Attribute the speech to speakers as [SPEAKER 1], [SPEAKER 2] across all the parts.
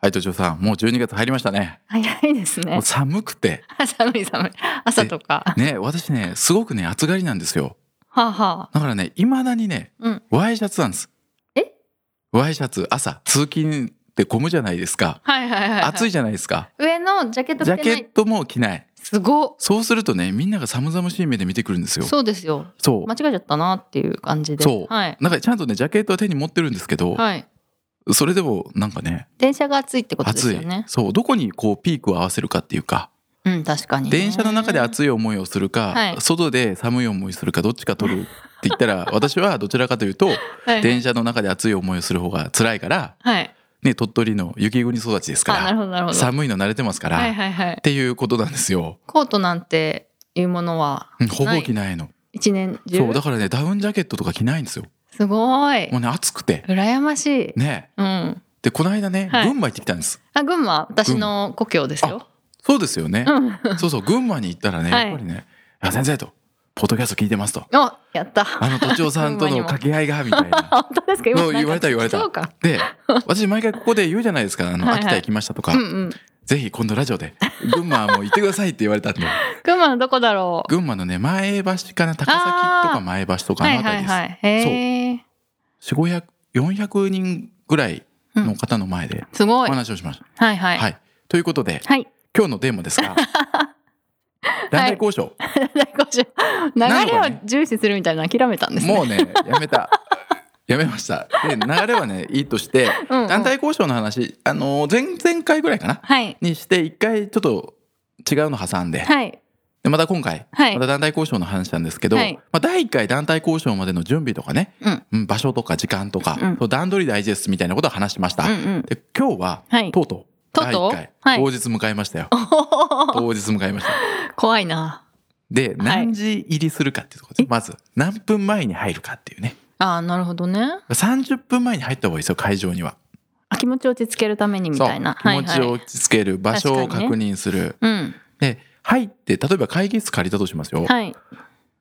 [SPEAKER 1] はいとちおさんもう12月入りましたね
[SPEAKER 2] 早いです
[SPEAKER 1] も
[SPEAKER 2] ね
[SPEAKER 1] う寒くて
[SPEAKER 2] 寒い寒い朝とか
[SPEAKER 1] ね私ねすごくね暑がりなんですよ
[SPEAKER 2] はあ、は
[SPEAKER 1] だからねいまだにね、
[SPEAKER 2] うん
[SPEAKER 1] ワイシャツなんです
[SPEAKER 2] え
[SPEAKER 1] ワイシャツ朝通勤ってゴムじゃないですか
[SPEAKER 2] あ、はいはいはい、
[SPEAKER 1] 暑い
[SPEAKER 2] い
[SPEAKER 1] じゃないですか
[SPEAKER 2] 上のジャケット
[SPEAKER 1] ジ
[SPEAKER 2] 着
[SPEAKER 1] ャ
[SPEAKER 2] て
[SPEAKER 1] ケ
[SPEAKER 2] ない
[SPEAKER 1] ットも着ない
[SPEAKER 2] すご
[SPEAKER 1] そうするとねみんなが寒々しい目で見てくるんですよ
[SPEAKER 2] そうですよ
[SPEAKER 1] そう
[SPEAKER 2] 間違えちゃったなっていう感じで
[SPEAKER 1] そう
[SPEAKER 2] はい、
[SPEAKER 1] なんかちゃんとねジャケットは手に持ってるんですけど、
[SPEAKER 2] はい、
[SPEAKER 1] それでもなんかね
[SPEAKER 2] 電車が暑いってことです
[SPEAKER 1] 暑
[SPEAKER 2] よ
[SPEAKER 1] い、
[SPEAKER 2] ね
[SPEAKER 1] そうどこにこうピークを合わせるかっていうか
[SPEAKER 2] うん確かにね
[SPEAKER 1] 電車の中で暑い思いをするか、
[SPEAKER 2] はい
[SPEAKER 1] 外で寒い思いするかどっちか取るって言っ たら私はどちらかというと
[SPEAKER 2] はい
[SPEAKER 1] 電車の中で暑い思いをする方が辛いから、
[SPEAKER 2] はい
[SPEAKER 1] ね、鳥取の雪国育ちです
[SPEAKER 2] あなる
[SPEAKER 1] か
[SPEAKER 2] ほどなるほ
[SPEAKER 1] ら
[SPEAKER 2] ど
[SPEAKER 1] 寒いの慣れてますから、
[SPEAKER 2] はい
[SPEAKER 1] っ
[SPEAKER 2] はいはい
[SPEAKER 1] ていうことなんですよ。
[SPEAKER 2] コートなんていうものは
[SPEAKER 1] うんほぼ
[SPEAKER 2] ない
[SPEAKER 1] 着ないの
[SPEAKER 2] 一年中
[SPEAKER 1] そうだからねダウンジャケットとか着ないんですよ
[SPEAKER 2] すごい
[SPEAKER 1] もうね暑くて
[SPEAKER 2] 羨ましい、
[SPEAKER 1] ね
[SPEAKER 2] うん
[SPEAKER 1] でこの間ね、
[SPEAKER 2] はい
[SPEAKER 1] 群馬行ってきたんです
[SPEAKER 2] あ群馬私の故郷ですよ
[SPEAKER 1] そうですよね、
[SPEAKER 2] うん
[SPEAKER 1] そうそう群馬に行ったらね
[SPEAKER 2] はい
[SPEAKER 1] やっぱりね「あ先生」と「ポッドキャスト聞いてます」と
[SPEAKER 2] おやった
[SPEAKER 1] 「あの都庁さんとの掛け合いが」みたいな
[SPEAKER 2] あ本当ですか今
[SPEAKER 1] そう言われた言われた
[SPEAKER 2] そうか
[SPEAKER 1] で私毎回ここで言うじゃないですか「あの
[SPEAKER 2] はいはい
[SPEAKER 1] 秋田行きました」とか
[SPEAKER 2] うんうん
[SPEAKER 1] 「ぜひ今度ラジオで群馬はもう行ってください」って言われたんで
[SPEAKER 2] 群馬のどこだろう
[SPEAKER 1] 群馬のね前橋かな高崎とか前橋とかあ
[SPEAKER 2] は
[SPEAKER 1] の
[SPEAKER 2] い
[SPEAKER 1] 辺
[SPEAKER 2] は
[SPEAKER 1] り
[SPEAKER 2] い
[SPEAKER 1] です
[SPEAKER 2] はいへえ
[SPEAKER 1] 400400人ぐらいの方の前ですお
[SPEAKER 2] ごい
[SPEAKER 1] 話をしました。
[SPEAKER 2] はいはい
[SPEAKER 1] はい、ということで
[SPEAKER 2] はい
[SPEAKER 1] 今日のテーマですが団体交渉、
[SPEAKER 2] 流れを重視するみたいなの諦めたんですね
[SPEAKER 1] もうねやめたやめましたで流れはねいいとして
[SPEAKER 2] うんうん
[SPEAKER 1] 団体交渉の話あの前々回ぐらいかな
[SPEAKER 2] はい
[SPEAKER 1] にして一回ちょっと違うの挟んで
[SPEAKER 2] はい
[SPEAKER 1] でまた今回
[SPEAKER 2] はい
[SPEAKER 1] また団体交渉の話なんですけど、
[SPEAKER 2] はい
[SPEAKER 1] まあ、第1回団体交渉までの準備とかね、
[SPEAKER 2] うん
[SPEAKER 1] うん場所とか時間とか、
[SPEAKER 2] うん
[SPEAKER 1] そう段取り大事ですみたいなことを話しました、
[SPEAKER 2] うんうん
[SPEAKER 1] で今日は、
[SPEAKER 2] はい
[SPEAKER 1] とうとう
[SPEAKER 2] とう
[SPEAKER 1] 第
[SPEAKER 2] とう
[SPEAKER 1] 1回、
[SPEAKER 2] はい
[SPEAKER 1] 当日迎え ましたよ当日迎えました
[SPEAKER 2] 怖いな
[SPEAKER 1] で何時入りするかっていうところです、まず何分前に入るかっていうね
[SPEAKER 2] ああなるほどね
[SPEAKER 1] 30分前に入った方がいいですよ会場には
[SPEAKER 2] あ気持ちを落ち着けるためにみたいな
[SPEAKER 1] そう気持
[SPEAKER 2] は
[SPEAKER 1] ち
[SPEAKER 2] い
[SPEAKER 1] を
[SPEAKER 2] はい、
[SPEAKER 1] 落ち着ける場所を
[SPEAKER 2] 確か
[SPEAKER 1] 確
[SPEAKER 2] に
[SPEAKER 1] 認する、
[SPEAKER 2] うん
[SPEAKER 1] で入って例えば会議室借りたとしますよ、
[SPEAKER 2] はい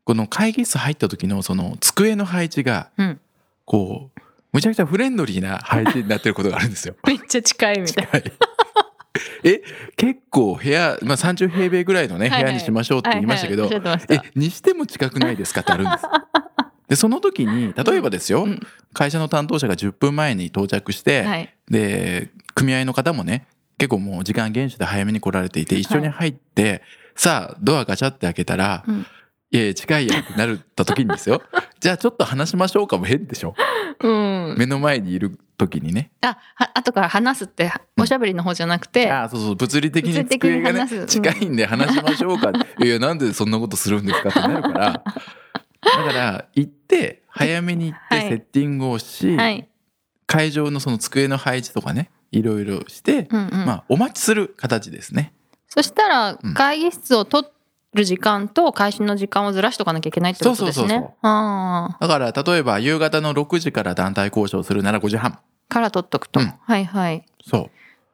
[SPEAKER 1] この会議室入った時のその机の配置が
[SPEAKER 2] うん
[SPEAKER 1] こうむちゃくちゃフレンドリーな配置になってることがあるんですよ
[SPEAKER 2] めっちゃ近いみたい
[SPEAKER 1] はいえ結構部屋、まあ、30平米ぐらい のね
[SPEAKER 2] はい
[SPEAKER 1] 部
[SPEAKER 2] は
[SPEAKER 1] 屋
[SPEAKER 2] い
[SPEAKER 1] にしましょうって
[SPEAKER 2] な
[SPEAKER 1] 言いましたけど、
[SPEAKER 2] はいはいおっゃってました
[SPEAKER 1] えにしても近くないですかってあるん ですでその時に例えばですよ、
[SPEAKER 2] うん
[SPEAKER 1] 会社の担当者が10分前に到着して、
[SPEAKER 2] はい
[SPEAKER 1] で組合の方もね結構もう時間厳守で早めに来られていて一緒に入って、さあドアガチャって開けたら
[SPEAKER 2] うん
[SPEAKER 1] 「いやいや近いや」ってなるった時にですよじゃあちょっと話しましょうかも変でしょ
[SPEAKER 2] うん
[SPEAKER 1] 目の前にいる時にね
[SPEAKER 2] あは後から話すっておしゃべりの方じゃなくて、
[SPEAKER 1] ああそうそう物理的に机が
[SPEAKER 2] 物理的に話
[SPEAKER 1] ね
[SPEAKER 2] すうん
[SPEAKER 1] 近いんで話しましょうか いやなんでそんなことするんですかってなるからだから行って早めに行っ
[SPEAKER 2] はい
[SPEAKER 1] てセッティングをし、
[SPEAKER 2] はい
[SPEAKER 1] 会場のその机の配置とかねいろいろして、
[SPEAKER 2] うんうん
[SPEAKER 1] まあお待ちする形ですね。
[SPEAKER 2] そしたら
[SPEAKER 1] うん
[SPEAKER 2] 会議室を取る時間と開始の時間をずらしとかなきゃいけないってことです
[SPEAKER 1] そうそうそう
[SPEAKER 2] ね
[SPEAKER 1] そ
[SPEAKER 2] ああ
[SPEAKER 1] だから例えば夕方の6時から団体交渉するなら5時半
[SPEAKER 2] から取っとくと、
[SPEAKER 1] うん
[SPEAKER 2] はいはい
[SPEAKER 1] そ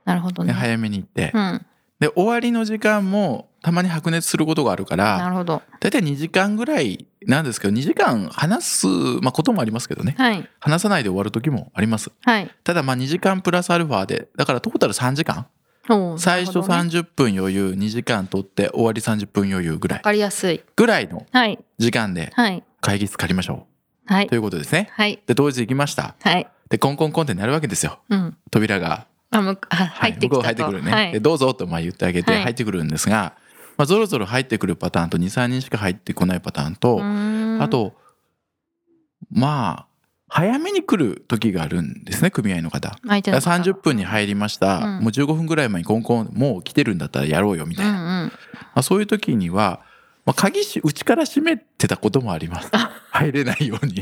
[SPEAKER 2] なるほど
[SPEAKER 1] う、
[SPEAKER 2] ね
[SPEAKER 1] ね、早めに行って、
[SPEAKER 2] うん
[SPEAKER 1] で終わりの時間もたまに白熱することがあるから
[SPEAKER 2] なるほど
[SPEAKER 1] 大体2時間ぐらいなんですけど2時間話す、まあ、こともありますけどね
[SPEAKER 2] はい
[SPEAKER 1] 話さないで終わる時もあります
[SPEAKER 2] はい
[SPEAKER 1] ただまあ2時間プラスアルファでだからトータル3時間
[SPEAKER 2] おー
[SPEAKER 1] 最初
[SPEAKER 2] なるほどね
[SPEAKER 1] 30分余裕2時間取って終わり30分余裕ぐらい
[SPEAKER 2] わかりやすい
[SPEAKER 1] ぐらいの
[SPEAKER 2] はい
[SPEAKER 1] 時間で
[SPEAKER 2] はい
[SPEAKER 1] 会議室借りましょ
[SPEAKER 2] はいう
[SPEAKER 1] ということですね
[SPEAKER 2] はい
[SPEAKER 1] で当日行きました
[SPEAKER 2] はい
[SPEAKER 1] でコンコンコンってなるわけですよ
[SPEAKER 2] うん
[SPEAKER 1] 扉が
[SPEAKER 2] あむあ
[SPEAKER 1] は
[SPEAKER 2] 入
[SPEAKER 1] い
[SPEAKER 2] ってきたと、
[SPEAKER 1] 向こう入ってくるね、
[SPEAKER 2] は
[SPEAKER 1] で
[SPEAKER 2] い、
[SPEAKER 1] どうぞとまあ言ってあげて
[SPEAKER 2] はい
[SPEAKER 1] 入ってくるんですが、まあ、ぞろぞろ入ってくるパターンと23人しか入ってこないパターン
[SPEAKER 2] う
[SPEAKER 1] と、
[SPEAKER 2] ーん
[SPEAKER 1] あとまあ早めに来る時があるんですね組合の方。
[SPEAKER 2] 相手の方
[SPEAKER 1] 30分に入りました、
[SPEAKER 2] うん
[SPEAKER 1] もう15分ぐらい前にコンコンもう来てるんだったらやろうよみた
[SPEAKER 2] う
[SPEAKER 1] いな、
[SPEAKER 2] んうん
[SPEAKER 1] まあ、そういう時には、まあ、鍵しうちから閉めてたこともあります入れないよ うにい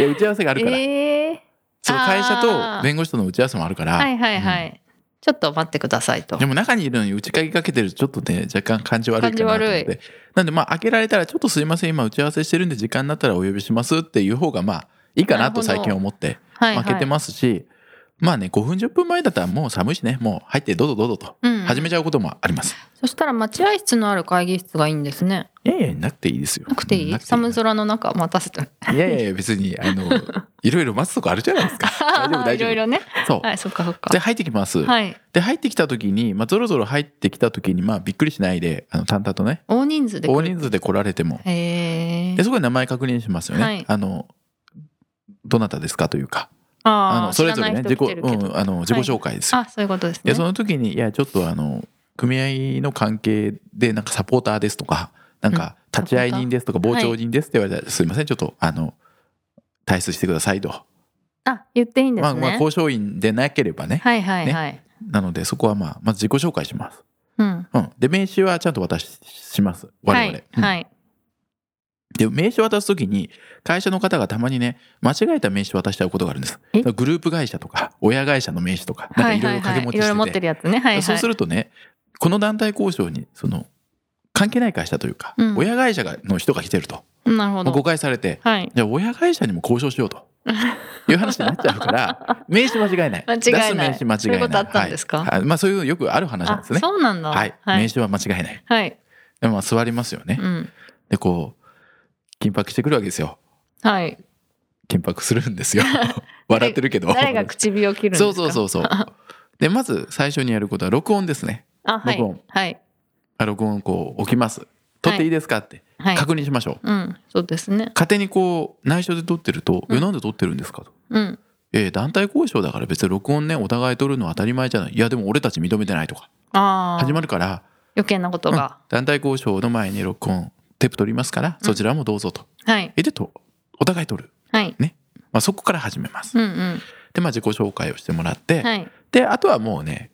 [SPEAKER 1] や打ち合わせがあるから、
[SPEAKER 2] ええ
[SPEAKER 1] その会社
[SPEAKER 2] あー
[SPEAKER 1] と弁護士との打ち合わせもあるから、
[SPEAKER 2] はいはいはい、
[SPEAKER 3] ちょっと待ってくださいと
[SPEAKER 1] で。も中にいるのに内鍵かけてるとちょっとね若干感じ悪いかなと思っ
[SPEAKER 3] 感じ悪
[SPEAKER 1] てなんでまあ開けられたらちょっとすいません今打ち合わせしてるんで時間になったらお呼びしますっていう方がまあいいかなと
[SPEAKER 3] なる
[SPEAKER 1] 最
[SPEAKER 3] ほど
[SPEAKER 1] 近思って
[SPEAKER 3] はい、はい。
[SPEAKER 1] 開けてますし、まあね5分10分前だったらもう寒いしねもう入ってどうぞどうぞと
[SPEAKER 3] うん。
[SPEAKER 1] 始めちゃうこともあります、
[SPEAKER 3] そしたら待合室のある会議室がいいんですね。
[SPEAKER 1] いやいやなくていいですよ
[SPEAKER 3] なくていい寒空の中待たせて。
[SPEAKER 1] いやいやいや別に あのいろいろ待つとこあるじゃないですか大丈夫大
[SPEAKER 3] いろい
[SPEAKER 1] 丈
[SPEAKER 3] ろね。
[SPEAKER 1] 夫そう、
[SPEAKER 3] はい、そっかそっか。
[SPEAKER 1] で入ってきます、
[SPEAKER 3] はい。
[SPEAKER 1] で入ってきた時に、まあ、ゾロゾロ入ってきた時にまあびっくりしないであの淡々とね
[SPEAKER 3] 大人数で来る。
[SPEAKER 1] 大人数で来られても
[SPEAKER 3] へえ
[SPEAKER 1] で。そこで名前確認しますよね、
[SPEAKER 3] はい
[SPEAKER 1] あのどなたですかというかあ
[SPEAKER 3] あ
[SPEAKER 1] の
[SPEAKER 3] あ、
[SPEAKER 1] それぞれね
[SPEAKER 3] 知
[SPEAKER 1] 自己,、
[SPEAKER 3] らない人来てるけど
[SPEAKER 1] うん、あの自己紹介ですよ、
[SPEAKER 3] あ、そういうことです
[SPEAKER 1] で
[SPEAKER 3] ね。
[SPEAKER 1] その時にいやちょっとあの組合の関係でなんかサポーターですとかなんか
[SPEAKER 3] うん
[SPEAKER 1] 立ち会い人ですとか
[SPEAKER 3] ポー
[SPEAKER 1] 傍
[SPEAKER 3] ター
[SPEAKER 1] 聴人ですって言われたら、すいませんちょっとあの退出してくださいと、
[SPEAKER 3] あ、言っていいんです
[SPEAKER 1] ま
[SPEAKER 3] ね。
[SPEAKER 1] あ、まあ交渉員でなければね、
[SPEAKER 3] はいはいはい。
[SPEAKER 1] なのでそこはまあまず自己紹介します、
[SPEAKER 3] うん。
[SPEAKER 1] うん、で名刺はちゃんと渡しします我
[SPEAKER 3] は
[SPEAKER 1] 々、
[SPEAKER 3] い。
[SPEAKER 1] うん
[SPEAKER 3] はい。
[SPEAKER 1] で名刺渡す時に会社の方がたまにね間違えた名刺渡しちゃうことがあるんです
[SPEAKER 3] え
[SPEAKER 1] グループ会社とか親会社の名刺とかなん
[SPEAKER 3] は
[SPEAKER 1] か
[SPEAKER 3] い
[SPEAKER 1] いろ
[SPEAKER 3] はいい
[SPEAKER 1] ろ
[SPEAKER 3] は
[SPEAKER 1] 掛
[SPEAKER 3] い
[SPEAKER 1] け持。
[SPEAKER 3] い
[SPEAKER 1] ち
[SPEAKER 3] ろ
[SPEAKER 1] して
[SPEAKER 3] いろ
[SPEAKER 1] て
[SPEAKER 3] 持ってるやつね。はいはい。
[SPEAKER 1] そうするとねこの団体交渉にその関係ない会社というか、
[SPEAKER 3] うん
[SPEAKER 1] 親会社がの人が来てると
[SPEAKER 3] うんなるほ
[SPEAKER 1] まあ誤
[SPEAKER 3] ど。
[SPEAKER 1] 解されて
[SPEAKER 3] はい。
[SPEAKER 1] じゃあ親会社にも交渉しようという話になっちゃう から名刺間違いない
[SPEAKER 3] 間違いない
[SPEAKER 1] 出す名刺間違いない
[SPEAKER 3] そういうことあったんですか
[SPEAKER 1] はいはいまあそういうのよくある話なん
[SPEAKER 3] あ、
[SPEAKER 1] ですね
[SPEAKER 3] そうなんだ。
[SPEAKER 1] はい、
[SPEAKER 3] はい
[SPEAKER 1] 名。刺は間違いない
[SPEAKER 3] はい。
[SPEAKER 1] でもまあ座りますよね、
[SPEAKER 3] うん。
[SPEAKER 1] でこう緊迫してくるわけですよ
[SPEAKER 3] はい。
[SPEAKER 1] 緊迫するん ですよ笑ってるけど
[SPEAKER 3] 誰が唇を切るんです
[SPEAKER 1] そ
[SPEAKER 3] か。
[SPEAKER 1] うそうそううそうでまず最初にやることは録音ですね
[SPEAKER 3] あ、は
[SPEAKER 1] 録音
[SPEAKER 3] い。はい。
[SPEAKER 1] あ録音をこう置きます撮っていいですかって
[SPEAKER 3] はい。
[SPEAKER 1] 確認しましょう、
[SPEAKER 3] うん。そうですね。
[SPEAKER 1] 勝手にこう内緒で撮ってると「
[SPEAKER 3] うん
[SPEAKER 1] えなんで撮ってるんですか?」と
[SPEAKER 3] うん。
[SPEAKER 1] 「え団体交渉だから別に録音ねお互い撮るのは当たり前じゃないいやでも俺たち認めてない」とか
[SPEAKER 3] ああ。
[SPEAKER 1] 始まるから、
[SPEAKER 3] 余計なこと
[SPEAKER 1] うん
[SPEAKER 3] が。
[SPEAKER 1] 団体交渉の前に録音テープ撮りますから
[SPEAKER 3] うん
[SPEAKER 1] そちらもどうぞと、
[SPEAKER 3] はい。
[SPEAKER 1] えでとお互い撮る、
[SPEAKER 3] はい。
[SPEAKER 1] まあ、そこから始めます、
[SPEAKER 3] うんうん。
[SPEAKER 1] でまあ自己紹介をしてもらって、
[SPEAKER 3] はい。
[SPEAKER 1] であとはもうね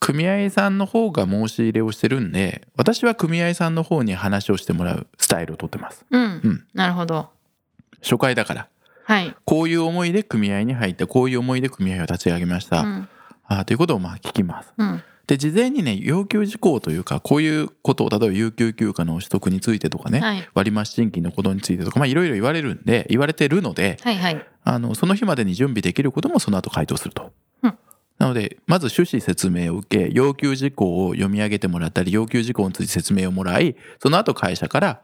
[SPEAKER 1] 組合さんの方が申し入れをしてるんで私は組合さんの方に話をしてもらうスタイルをとってます
[SPEAKER 3] う
[SPEAKER 1] うん
[SPEAKER 3] ん。なるほど。
[SPEAKER 1] 初回だから
[SPEAKER 3] はい。
[SPEAKER 1] こういう思いで組合に入ってこういう思いで組合を立ち上げました、
[SPEAKER 3] うん。
[SPEAKER 1] あーということをまあ聞きます
[SPEAKER 3] うん。
[SPEAKER 1] で事前にね要求事項というかこういうことを例えば有給休暇の取得についてとかね、
[SPEAKER 3] はい。
[SPEAKER 1] 割増賃金のことについてとかまあいろいろ言われるんで言われてるので
[SPEAKER 3] はいはい。
[SPEAKER 1] あのその日までに準備できることもその後回答すると。
[SPEAKER 3] うん
[SPEAKER 1] なのでまず趣旨説明を受け要求事項を読み上げてもらったり要求事項について説明をもらいその後会社から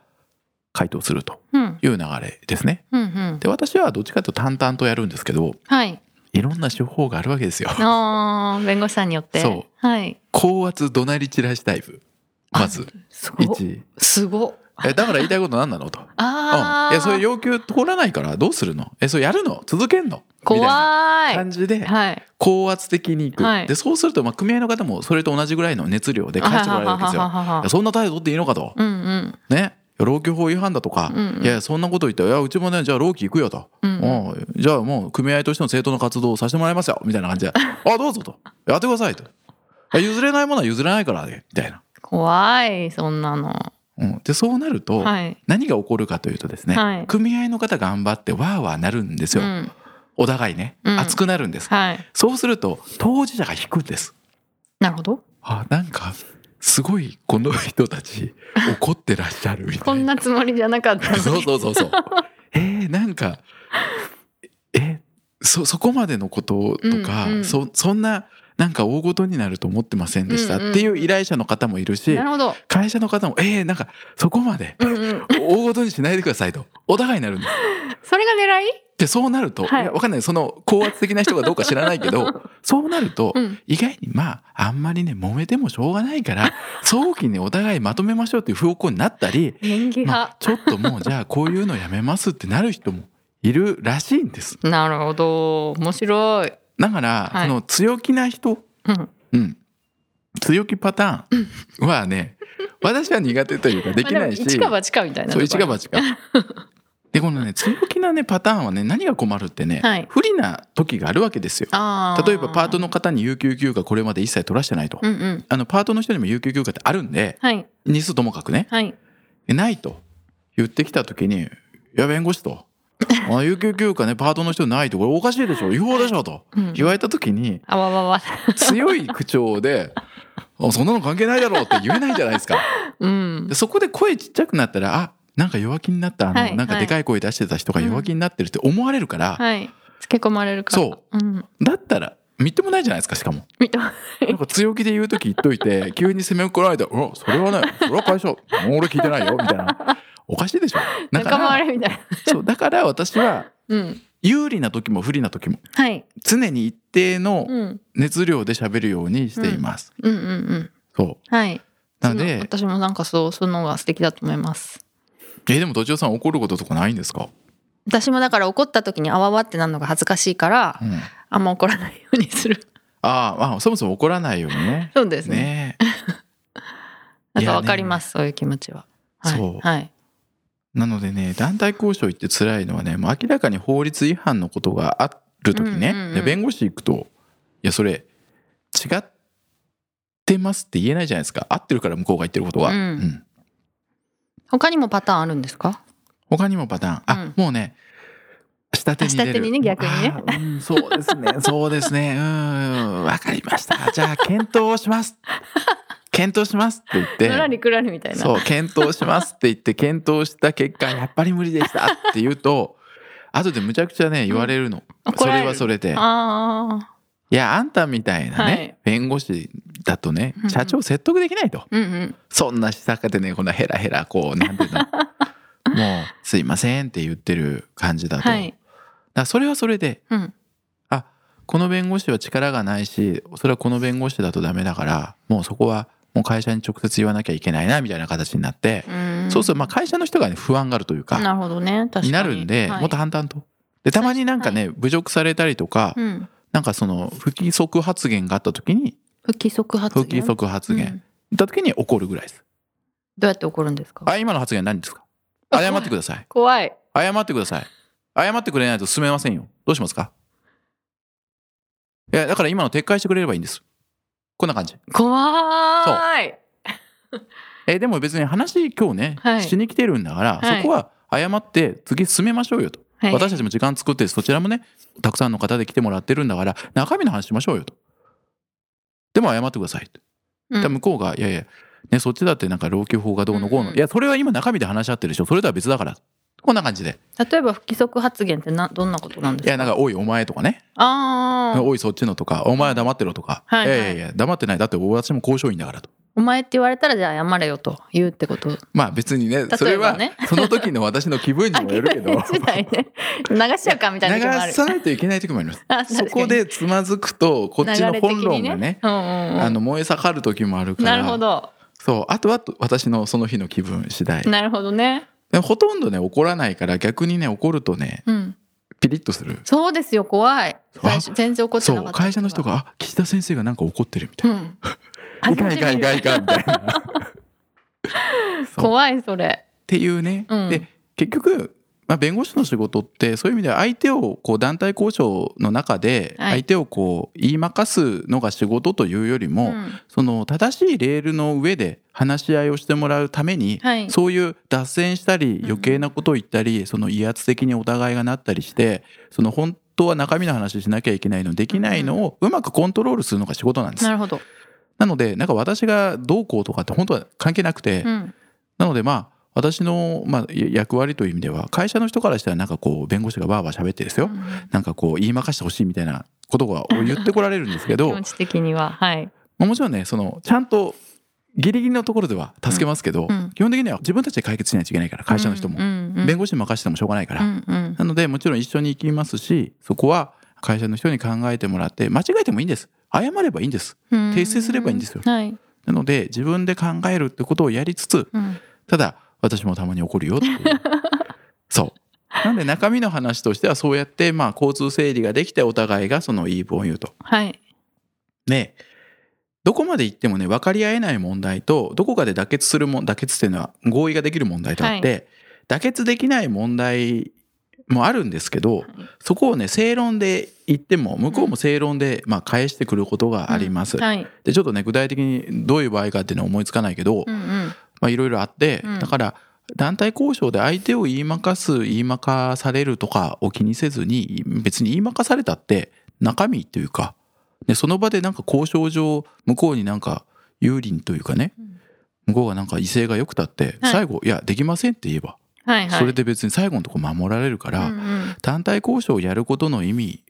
[SPEAKER 1] 回答すると
[SPEAKER 3] うん。
[SPEAKER 1] いう流れですね。
[SPEAKER 3] うんうん。
[SPEAKER 1] で私はどっちかというと淡々とやるんですけど
[SPEAKER 3] はい。
[SPEAKER 1] いろんな手法があるわけですよ。
[SPEAKER 3] あー弁護士さんによって。
[SPEAKER 1] そう
[SPEAKER 3] はい。
[SPEAKER 1] 高圧怒鳴り散らしタイプまず
[SPEAKER 3] すごっ。
[SPEAKER 1] 1
[SPEAKER 3] すごっ。
[SPEAKER 1] えだから言いたいこと何なのと。
[SPEAKER 3] あ
[SPEAKER 1] う
[SPEAKER 3] あ。
[SPEAKER 1] ん、えそれ要求通らないからどうするのえそれやるの続けんのみたい
[SPEAKER 3] 怖。
[SPEAKER 1] ない感じで、
[SPEAKER 3] はい。
[SPEAKER 1] 高圧的にいく、
[SPEAKER 3] はい
[SPEAKER 1] でそうするとまあ組合の方もそれと同じぐらいの熱量で返してもらえるわけです
[SPEAKER 3] はは
[SPEAKER 1] よ。
[SPEAKER 3] ははは
[SPEAKER 1] そんな態度取っていいのかと、
[SPEAKER 3] うんうん。
[SPEAKER 1] ね労基法違反だとか、
[SPEAKER 3] うんうん
[SPEAKER 1] いやいやそんなこと言っていやうちもねじゃあ労基行くよと、
[SPEAKER 3] うんうん。
[SPEAKER 1] うんじゃあもう組合としての正当な活動をさせてもらいますよみたいな感じで「あどうぞ」と「やってください」と「譲れないものは譲れないからね」みたいな。
[SPEAKER 3] 怖い、そんなの。
[SPEAKER 1] うん、でそうなると、
[SPEAKER 3] はい。
[SPEAKER 1] 何が起こるかというとですね、
[SPEAKER 3] はい
[SPEAKER 1] 組合の方が頑張ってわーわーなるんです
[SPEAKER 3] う
[SPEAKER 1] よ、
[SPEAKER 3] ん。
[SPEAKER 1] お互いね、
[SPEAKER 3] うん
[SPEAKER 1] 熱くなるんです、
[SPEAKER 3] はい。
[SPEAKER 1] そうすると当事者が引くんです
[SPEAKER 3] なるほど。
[SPEAKER 1] あなんかすごいこの人たち怒ってらっしゃるみたいな
[SPEAKER 3] こんなつもりじゃなかったのに。
[SPEAKER 1] そうそうそうそう えー、なんかえそそこまでのこととか、
[SPEAKER 3] うんうん
[SPEAKER 1] そそんななんか大ごとになると思ってませんでした
[SPEAKER 3] うんうん
[SPEAKER 1] っていう依頼者の方もいるし、
[SPEAKER 3] なるほど。
[SPEAKER 1] 会社の方もえー、なんかそこまで
[SPEAKER 3] うんうん。
[SPEAKER 1] 大ごとにしないでくださいとお互いになるんです
[SPEAKER 3] それが狙い
[SPEAKER 1] でそうなると、
[SPEAKER 3] はい
[SPEAKER 1] いやわかんないその高圧的な人がどうか知らないけどそうなると、
[SPEAKER 3] うん。
[SPEAKER 1] 意外にまああんまりね揉めてもしょうがないから早期にお互いまとめましょうっていう方向になったり、
[SPEAKER 3] 演技
[SPEAKER 1] まあ
[SPEAKER 3] 派。
[SPEAKER 1] ちょっともうじゃあこういうのやめますってなる人もいるらしいんです
[SPEAKER 3] なるほど。面白い。
[SPEAKER 1] だから、
[SPEAKER 3] はい
[SPEAKER 1] その強気な人、
[SPEAKER 3] うん。
[SPEAKER 1] うん、強気パターンは ね私は苦手というかできないし、
[SPEAKER 3] まあでも一か八かみたいな。
[SPEAKER 1] そう一か。 八か。でこのね強気なねパターンはね何が困るってね、
[SPEAKER 3] はい
[SPEAKER 1] 不利な時があるわけですよ。
[SPEAKER 3] ああ。
[SPEAKER 1] 例えばパート。の方に有給休暇これまで一切取らしてないと、
[SPEAKER 3] うんうん。
[SPEAKER 1] あのパートの人にも有給休暇ってあるんで
[SPEAKER 3] はい。
[SPEAKER 1] 日数ともかくね
[SPEAKER 3] はい。
[SPEAKER 1] ないと言ってきた時に「いや弁護士とあの有給休暇ねパートの人ないとこれおかしいでしょ違法でしょと
[SPEAKER 3] うん
[SPEAKER 1] 言われた時に
[SPEAKER 3] あわわわ。
[SPEAKER 1] 強い口調で「あそんなの関係ないだろ」って言えないじゃないですか。
[SPEAKER 3] うん
[SPEAKER 1] で。そこで声ちっちゃくなったらあなんか弱気になったあの、
[SPEAKER 3] はい
[SPEAKER 1] なんかでかい声出してた人が弱気になってるって思われるから、
[SPEAKER 3] はい。つけ込まれるから。。
[SPEAKER 1] そう
[SPEAKER 3] うん。
[SPEAKER 1] だったらみっともないじゃないですかしかも。
[SPEAKER 3] 見た。
[SPEAKER 1] なんか強気で言う時言っといて急に攻め込まれたら「うわそれはねそれは会社もう俺聞いてないよ」みたいなおかしいでしょ。だか
[SPEAKER 3] 仲間
[SPEAKER 1] ら
[SPEAKER 3] 割れみたいな。
[SPEAKER 1] そうだから私は
[SPEAKER 3] うん。
[SPEAKER 1] 有利な時も不利な時も
[SPEAKER 3] はい。
[SPEAKER 1] 常に一定の
[SPEAKER 3] うん。
[SPEAKER 1] 熱量で喋るようにしています。
[SPEAKER 3] うんうんうん。
[SPEAKER 1] そう
[SPEAKER 3] はい。
[SPEAKER 1] なの
[SPEAKER 3] そ
[SPEAKER 1] で
[SPEAKER 3] 私もなんかそう、そういうのが素敵だと思います。
[SPEAKER 1] えでも土地さん怒ることとかないんですか、
[SPEAKER 3] 私もだから怒った時にあわわってなるのが恥ずかしいから
[SPEAKER 1] うん、
[SPEAKER 3] あんま怒らないようにする
[SPEAKER 1] あー、まあそもそも怒らないようにね。
[SPEAKER 3] そうですね
[SPEAKER 1] ねい
[SPEAKER 3] あと
[SPEAKER 1] やね
[SPEAKER 3] わかります、そういう気持ちははい
[SPEAKER 1] そう
[SPEAKER 3] はい
[SPEAKER 1] なのでね団体交渉行って辛いのはねもう明らかに法律違反のことがある時ね、
[SPEAKER 3] うんうんうん
[SPEAKER 1] で弁護士行くと「いやそれ違ってます」って言えないじゃないですか合ってるから向こうが言ってることは、
[SPEAKER 3] うん他にもパターンあるんですか
[SPEAKER 1] 他にもパターンあ、
[SPEAKER 3] うん
[SPEAKER 1] もうね下手に出る
[SPEAKER 3] 下手にね逆にね
[SPEAKER 1] あーうんそうです ねそうですねうんわかりましたじゃあ検討します検討しますって言って
[SPEAKER 3] のらりくらりみたいな
[SPEAKER 1] そう検討しますって言って検討した結果やっぱり無理でしたって言うと後でむちゃくちゃね言われるの、
[SPEAKER 3] 怒
[SPEAKER 1] そ
[SPEAKER 3] られ
[SPEAKER 1] れ
[SPEAKER 3] る
[SPEAKER 1] はそれで
[SPEAKER 3] ああ
[SPEAKER 1] いやあんたみたいなね、
[SPEAKER 3] はい
[SPEAKER 1] 弁護士だとね
[SPEAKER 3] うんうん
[SPEAKER 1] 社長説得できないと、
[SPEAKER 3] うんうん
[SPEAKER 1] そんな下かでねこんなヘラヘラこうなん ていうのもうすいませんって言ってる感じだと、
[SPEAKER 3] は
[SPEAKER 1] だ
[SPEAKER 3] い
[SPEAKER 1] からそれはそれで
[SPEAKER 3] うん
[SPEAKER 1] あこの弁護士は力がないしそれはこの弁護士だとダメだからもうそこはもう会社に直接言わなきゃいけないなみたいな形になって、
[SPEAKER 3] うん
[SPEAKER 1] そうするとまあ会社の人がね不安があるというか、
[SPEAKER 3] なるほどね確かに
[SPEAKER 1] になるんで、
[SPEAKER 3] はい
[SPEAKER 1] もっと淡々と。でたまになんかね、侮辱されたりとか、
[SPEAKER 3] うん
[SPEAKER 1] なんかその不規則発言があった時に
[SPEAKER 3] 不規則発
[SPEAKER 1] 不
[SPEAKER 3] 言
[SPEAKER 1] 規則発
[SPEAKER 3] う
[SPEAKER 1] 言
[SPEAKER 3] ん
[SPEAKER 1] だった時に怒るぐらいです。
[SPEAKER 3] どうやって怒るんですか
[SPEAKER 1] あ今の発言何ですか謝ってくだ さい。
[SPEAKER 3] 怖い
[SPEAKER 1] 謝ってください。謝ってくれないと進めませんよ。どうしますかいやだから今の撤回してくれればいいんです。こんな感じ。
[SPEAKER 3] 怖い
[SPEAKER 1] えでも別に話今日ね、
[SPEAKER 3] はい
[SPEAKER 1] しに来てるんだから、
[SPEAKER 3] はい
[SPEAKER 1] そこは謝って次進めましょうよと。
[SPEAKER 3] はい
[SPEAKER 1] 私たちも時間作ってそちらもねたくさんの方で来てもらってるんだから中身の話しましょうよとでも謝ってくださいと、
[SPEAKER 3] うん
[SPEAKER 1] で向こうが「いやいや、ね、そっちだってなんか老朽法がどうのこうの、
[SPEAKER 3] うん
[SPEAKER 1] いやそれは今中身で話し合ってるでしょそれとは別だから」こんな感じで
[SPEAKER 3] 例えば不規則発言ってなどんなことな
[SPEAKER 1] 「
[SPEAKER 3] んで
[SPEAKER 1] い
[SPEAKER 3] す
[SPEAKER 1] や
[SPEAKER 3] か
[SPEAKER 1] なんかおいお前」とかね「
[SPEAKER 3] ああ
[SPEAKER 1] おいそっちの」とか「お前は黙ってろ」とか「
[SPEAKER 3] はいはい
[SPEAKER 1] やいやいや黙ってないだって私も交渉員だから」と。
[SPEAKER 3] お前って言われたらじゃあ謝れよと言うってこと
[SPEAKER 1] まあ別にね
[SPEAKER 3] ばね
[SPEAKER 1] それ はその時の私の気分に
[SPEAKER 3] あ
[SPEAKER 1] もよるけど
[SPEAKER 3] 現代時代ね流しちゃうかみたいな時もあ
[SPEAKER 1] 流
[SPEAKER 3] る
[SPEAKER 1] さないといけない時もあります
[SPEAKER 3] あ確か
[SPEAKER 1] そ
[SPEAKER 3] に
[SPEAKER 1] こでつまずくとこっちの本論がね
[SPEAKER 3] 流れ的にうんうんうん
[SPEAKER 1] あの燃え盛る時もあるから
[SPEAKER 3] なるほど
[SPEAKER 1] そうあとは私のその日の気分次第
[SPEAKER 3] なるほどね
[SPEAKER 1] でもほとんどね怒らないから逆にね怒るとね
[SPEAKER 3] うん
[SPEAKER 1] ピリッとする
[SPEAKER 3] そうですよ怖い
[SPEAKER 1] あ
[SPEAKER 3] 最初全然怒って
[SPEAKER 1] そ
[SPEAKER 3] なか
[SPEAKER 1] う
[SPEAKER 3] った
[SPEAKER 1] 会社の人が「あ岸田先生がなんか怒ってる」みた
[SPEAKER 3] う
[SPEAKER 1] い
[SPEAKER 3] ん
[SPEAKER 1] な「 いかんいかんいかんいかん」みたいな。そうっ
[SPEAKER 3] 怖いそれ
[SPEAKER 1] ていうね、
[SPEAKER 3] うん
[SPEAKER 1] で結局、まあ、弁護士の仕事ってそういう意味では相手をこう団体交渉の中で
[SPEAKER 3] はい
[SPEAKER 1] 相手をこう言い負かすのが仕事というよりも、
[SPEAKER 3] うん
[SPEAKER 1] その正しいレールの上で話し合いをしてもらうために、
[SPEAKER 3] はい
[SPEAKER 1] そういう脱線したり
[SPEAKER 3] ん
[SPEAKER 1] 余計なことを言ったり、その威圧的にお互いがなったりしてその本当は中身の話しなきゃいけないのできないのをうまくコントロールするのが仕事なんです。
[SPEAKER 3] なるほど
[SPEAKER 1] なのでなんか私がどうこうとかって本当は関係なくて、
[SPEAKER 3] うん
[SPEAKER 1] なのでまあ私の、まあ、や役割という意味では会社の人からしたらなんかこう弁護士がバーバー喋ってですよ、なんかこう言いまかしてほしいみたいなことが言ってこられるんですけ
[SPEAKER 3] 気
[SPEAKER 1] ど
[SPEAKER 3] 持ち的にははい
[SPEAKER 1] まあもちろんねそのちゃんとギリギリのところでは助けますけど、
[SPEAKER 3] うんうん
[SPEAKER 1] 基本的には自分たちで解決しないといけないから会社の人も、弁
[SPEAKER 3] 護
[SPEAKER 1] 護士に任せてもしょうがないから、
[SPEAKER 3] うんうん
[SPEAKER 1] なのでもちろん一緒に行きますしそこは会社の人に考えてもらって間違えてもいいんです謝ればいいんです
[SPEAKER 3] うん
[SPEAKER 1] 訂正すればいいんですよ
[SPEAKER 3] はい
[SPEAKER 1] なので自分で考えるってことをやりつつ
[SPEAKER 3] うん
[SPEAKER 1] ただ私もたまに怒るよって いうそうなんで中身の話としてはそうやってまあ交通整理ができてお互いがその言い分を言うと
[SPEAKER 3] はい
[SPEAKER 1] ねどこまで行ってもね分かり合えない問題とどこかで妥結するもん妥結っていうのは合意ができる問題とあって、妥結できない問題もあるんですけど、そこをね正論で言っても向こうも正論で、まあ、返してくることがあります。
[SPEAKER 3] はい
[SPEAKER 1] でちょっとね具体的にどういう場合かっていうのは思いつかないけど、
[SPEAKER 3] うんうん
[SPEAKER 1] まあ、いろいろあって、
[SPEAKER 3] うん
[SPEAKER 1] だから団体交渉で相手を言いまかす、言いまかされるとかを気にせずに、別に言いまかされたって中身というか、で、その場でなんか交渉上、向こうになんか有利にというかね、向こうがなんか威勢が良くたって、
[SPEAKER 3] はい
[SPEAKER 1] 最後、いや、できませんって言えば、
[SPEAKER 3] はいはい。
[SPEAKER 1] それで別に最後のとこ守られるから、
[SPEAKER 3] うんうん
[SPEAKER 1] 団体交渉をやることの意味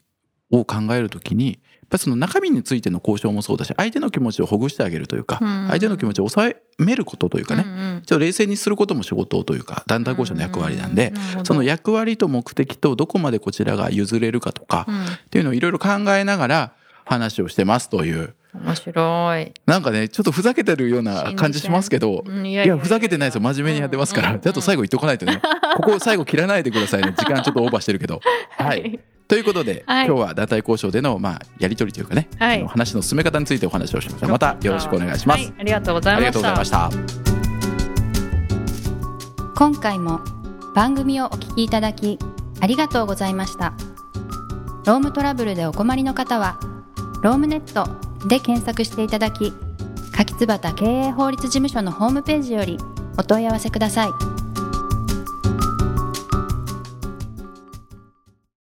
[SPEAKER 1] を考えるときに、やっぱりその中身についての交渉もそうだし、相手の気持ちをほぐしてあげるというか、
[SPEAKER 3] うん
[SPEAKER 1] 相手の気持ちを抑えめることというかね、
[SPEAKER 3] うんうん
[SPEAKER 1] ちょっと冷静にすることも仕事というか、団体交渉の役割なん
[SPEAKER 3] う
[SPEAKER 1] で、
[SPEAKER 3] ううるほど
[SPEAKER 1] その役割と目的とどこまでこちらが譲れるかとか、っていうのをいろいろ考えながら話をしてますという、
[SPEAKER 3] うん面白い。
[SPEAKER 1] なんかね、ちょっとふざけてるような感じしますけど、
[SPEAKER 3] うんい
[SPEAKER 1] いや、ふざけてないですよ。真面目にやってますから。ちょっと最
[SPEAKER 3] 後。
[SPEAKER 1] 後言っとかない とね。ここ最後切らないでくださいね。時間ちょっとオーバーしてるけど。 は。
[SPEAKER 3] はいい。
[SPEAKER 1] ということで、
[SPEAKER 3] はい
[SPEAKER 1] 今日は団体交渉での、まあ、やりとりというかね、
[SPEAKER 3] はい
[SPEAKER 1] あの話の進め方についてお話をしました。またよろしくお願いします。
[SPEAKER 3] はありがとうござ
[SPEAKER 1] あ
[SPEAKER 3] い
[SPEAKER 1] り
[SPEAKER 3] ま
[SPEAKER 1] がとう
[SPEAKER 3] し
[SPEAKER 1] ござい
[SPEAKER 3] た
[SPEAKER 1] まし。た。
[SPEAKER 2] 今回も番組をお聞きいただきありがとうございましたロームトラブルでお困りの方は「ロームネット」で検索していただき柿椿経営法律事務所のホームページよりお問い合わせください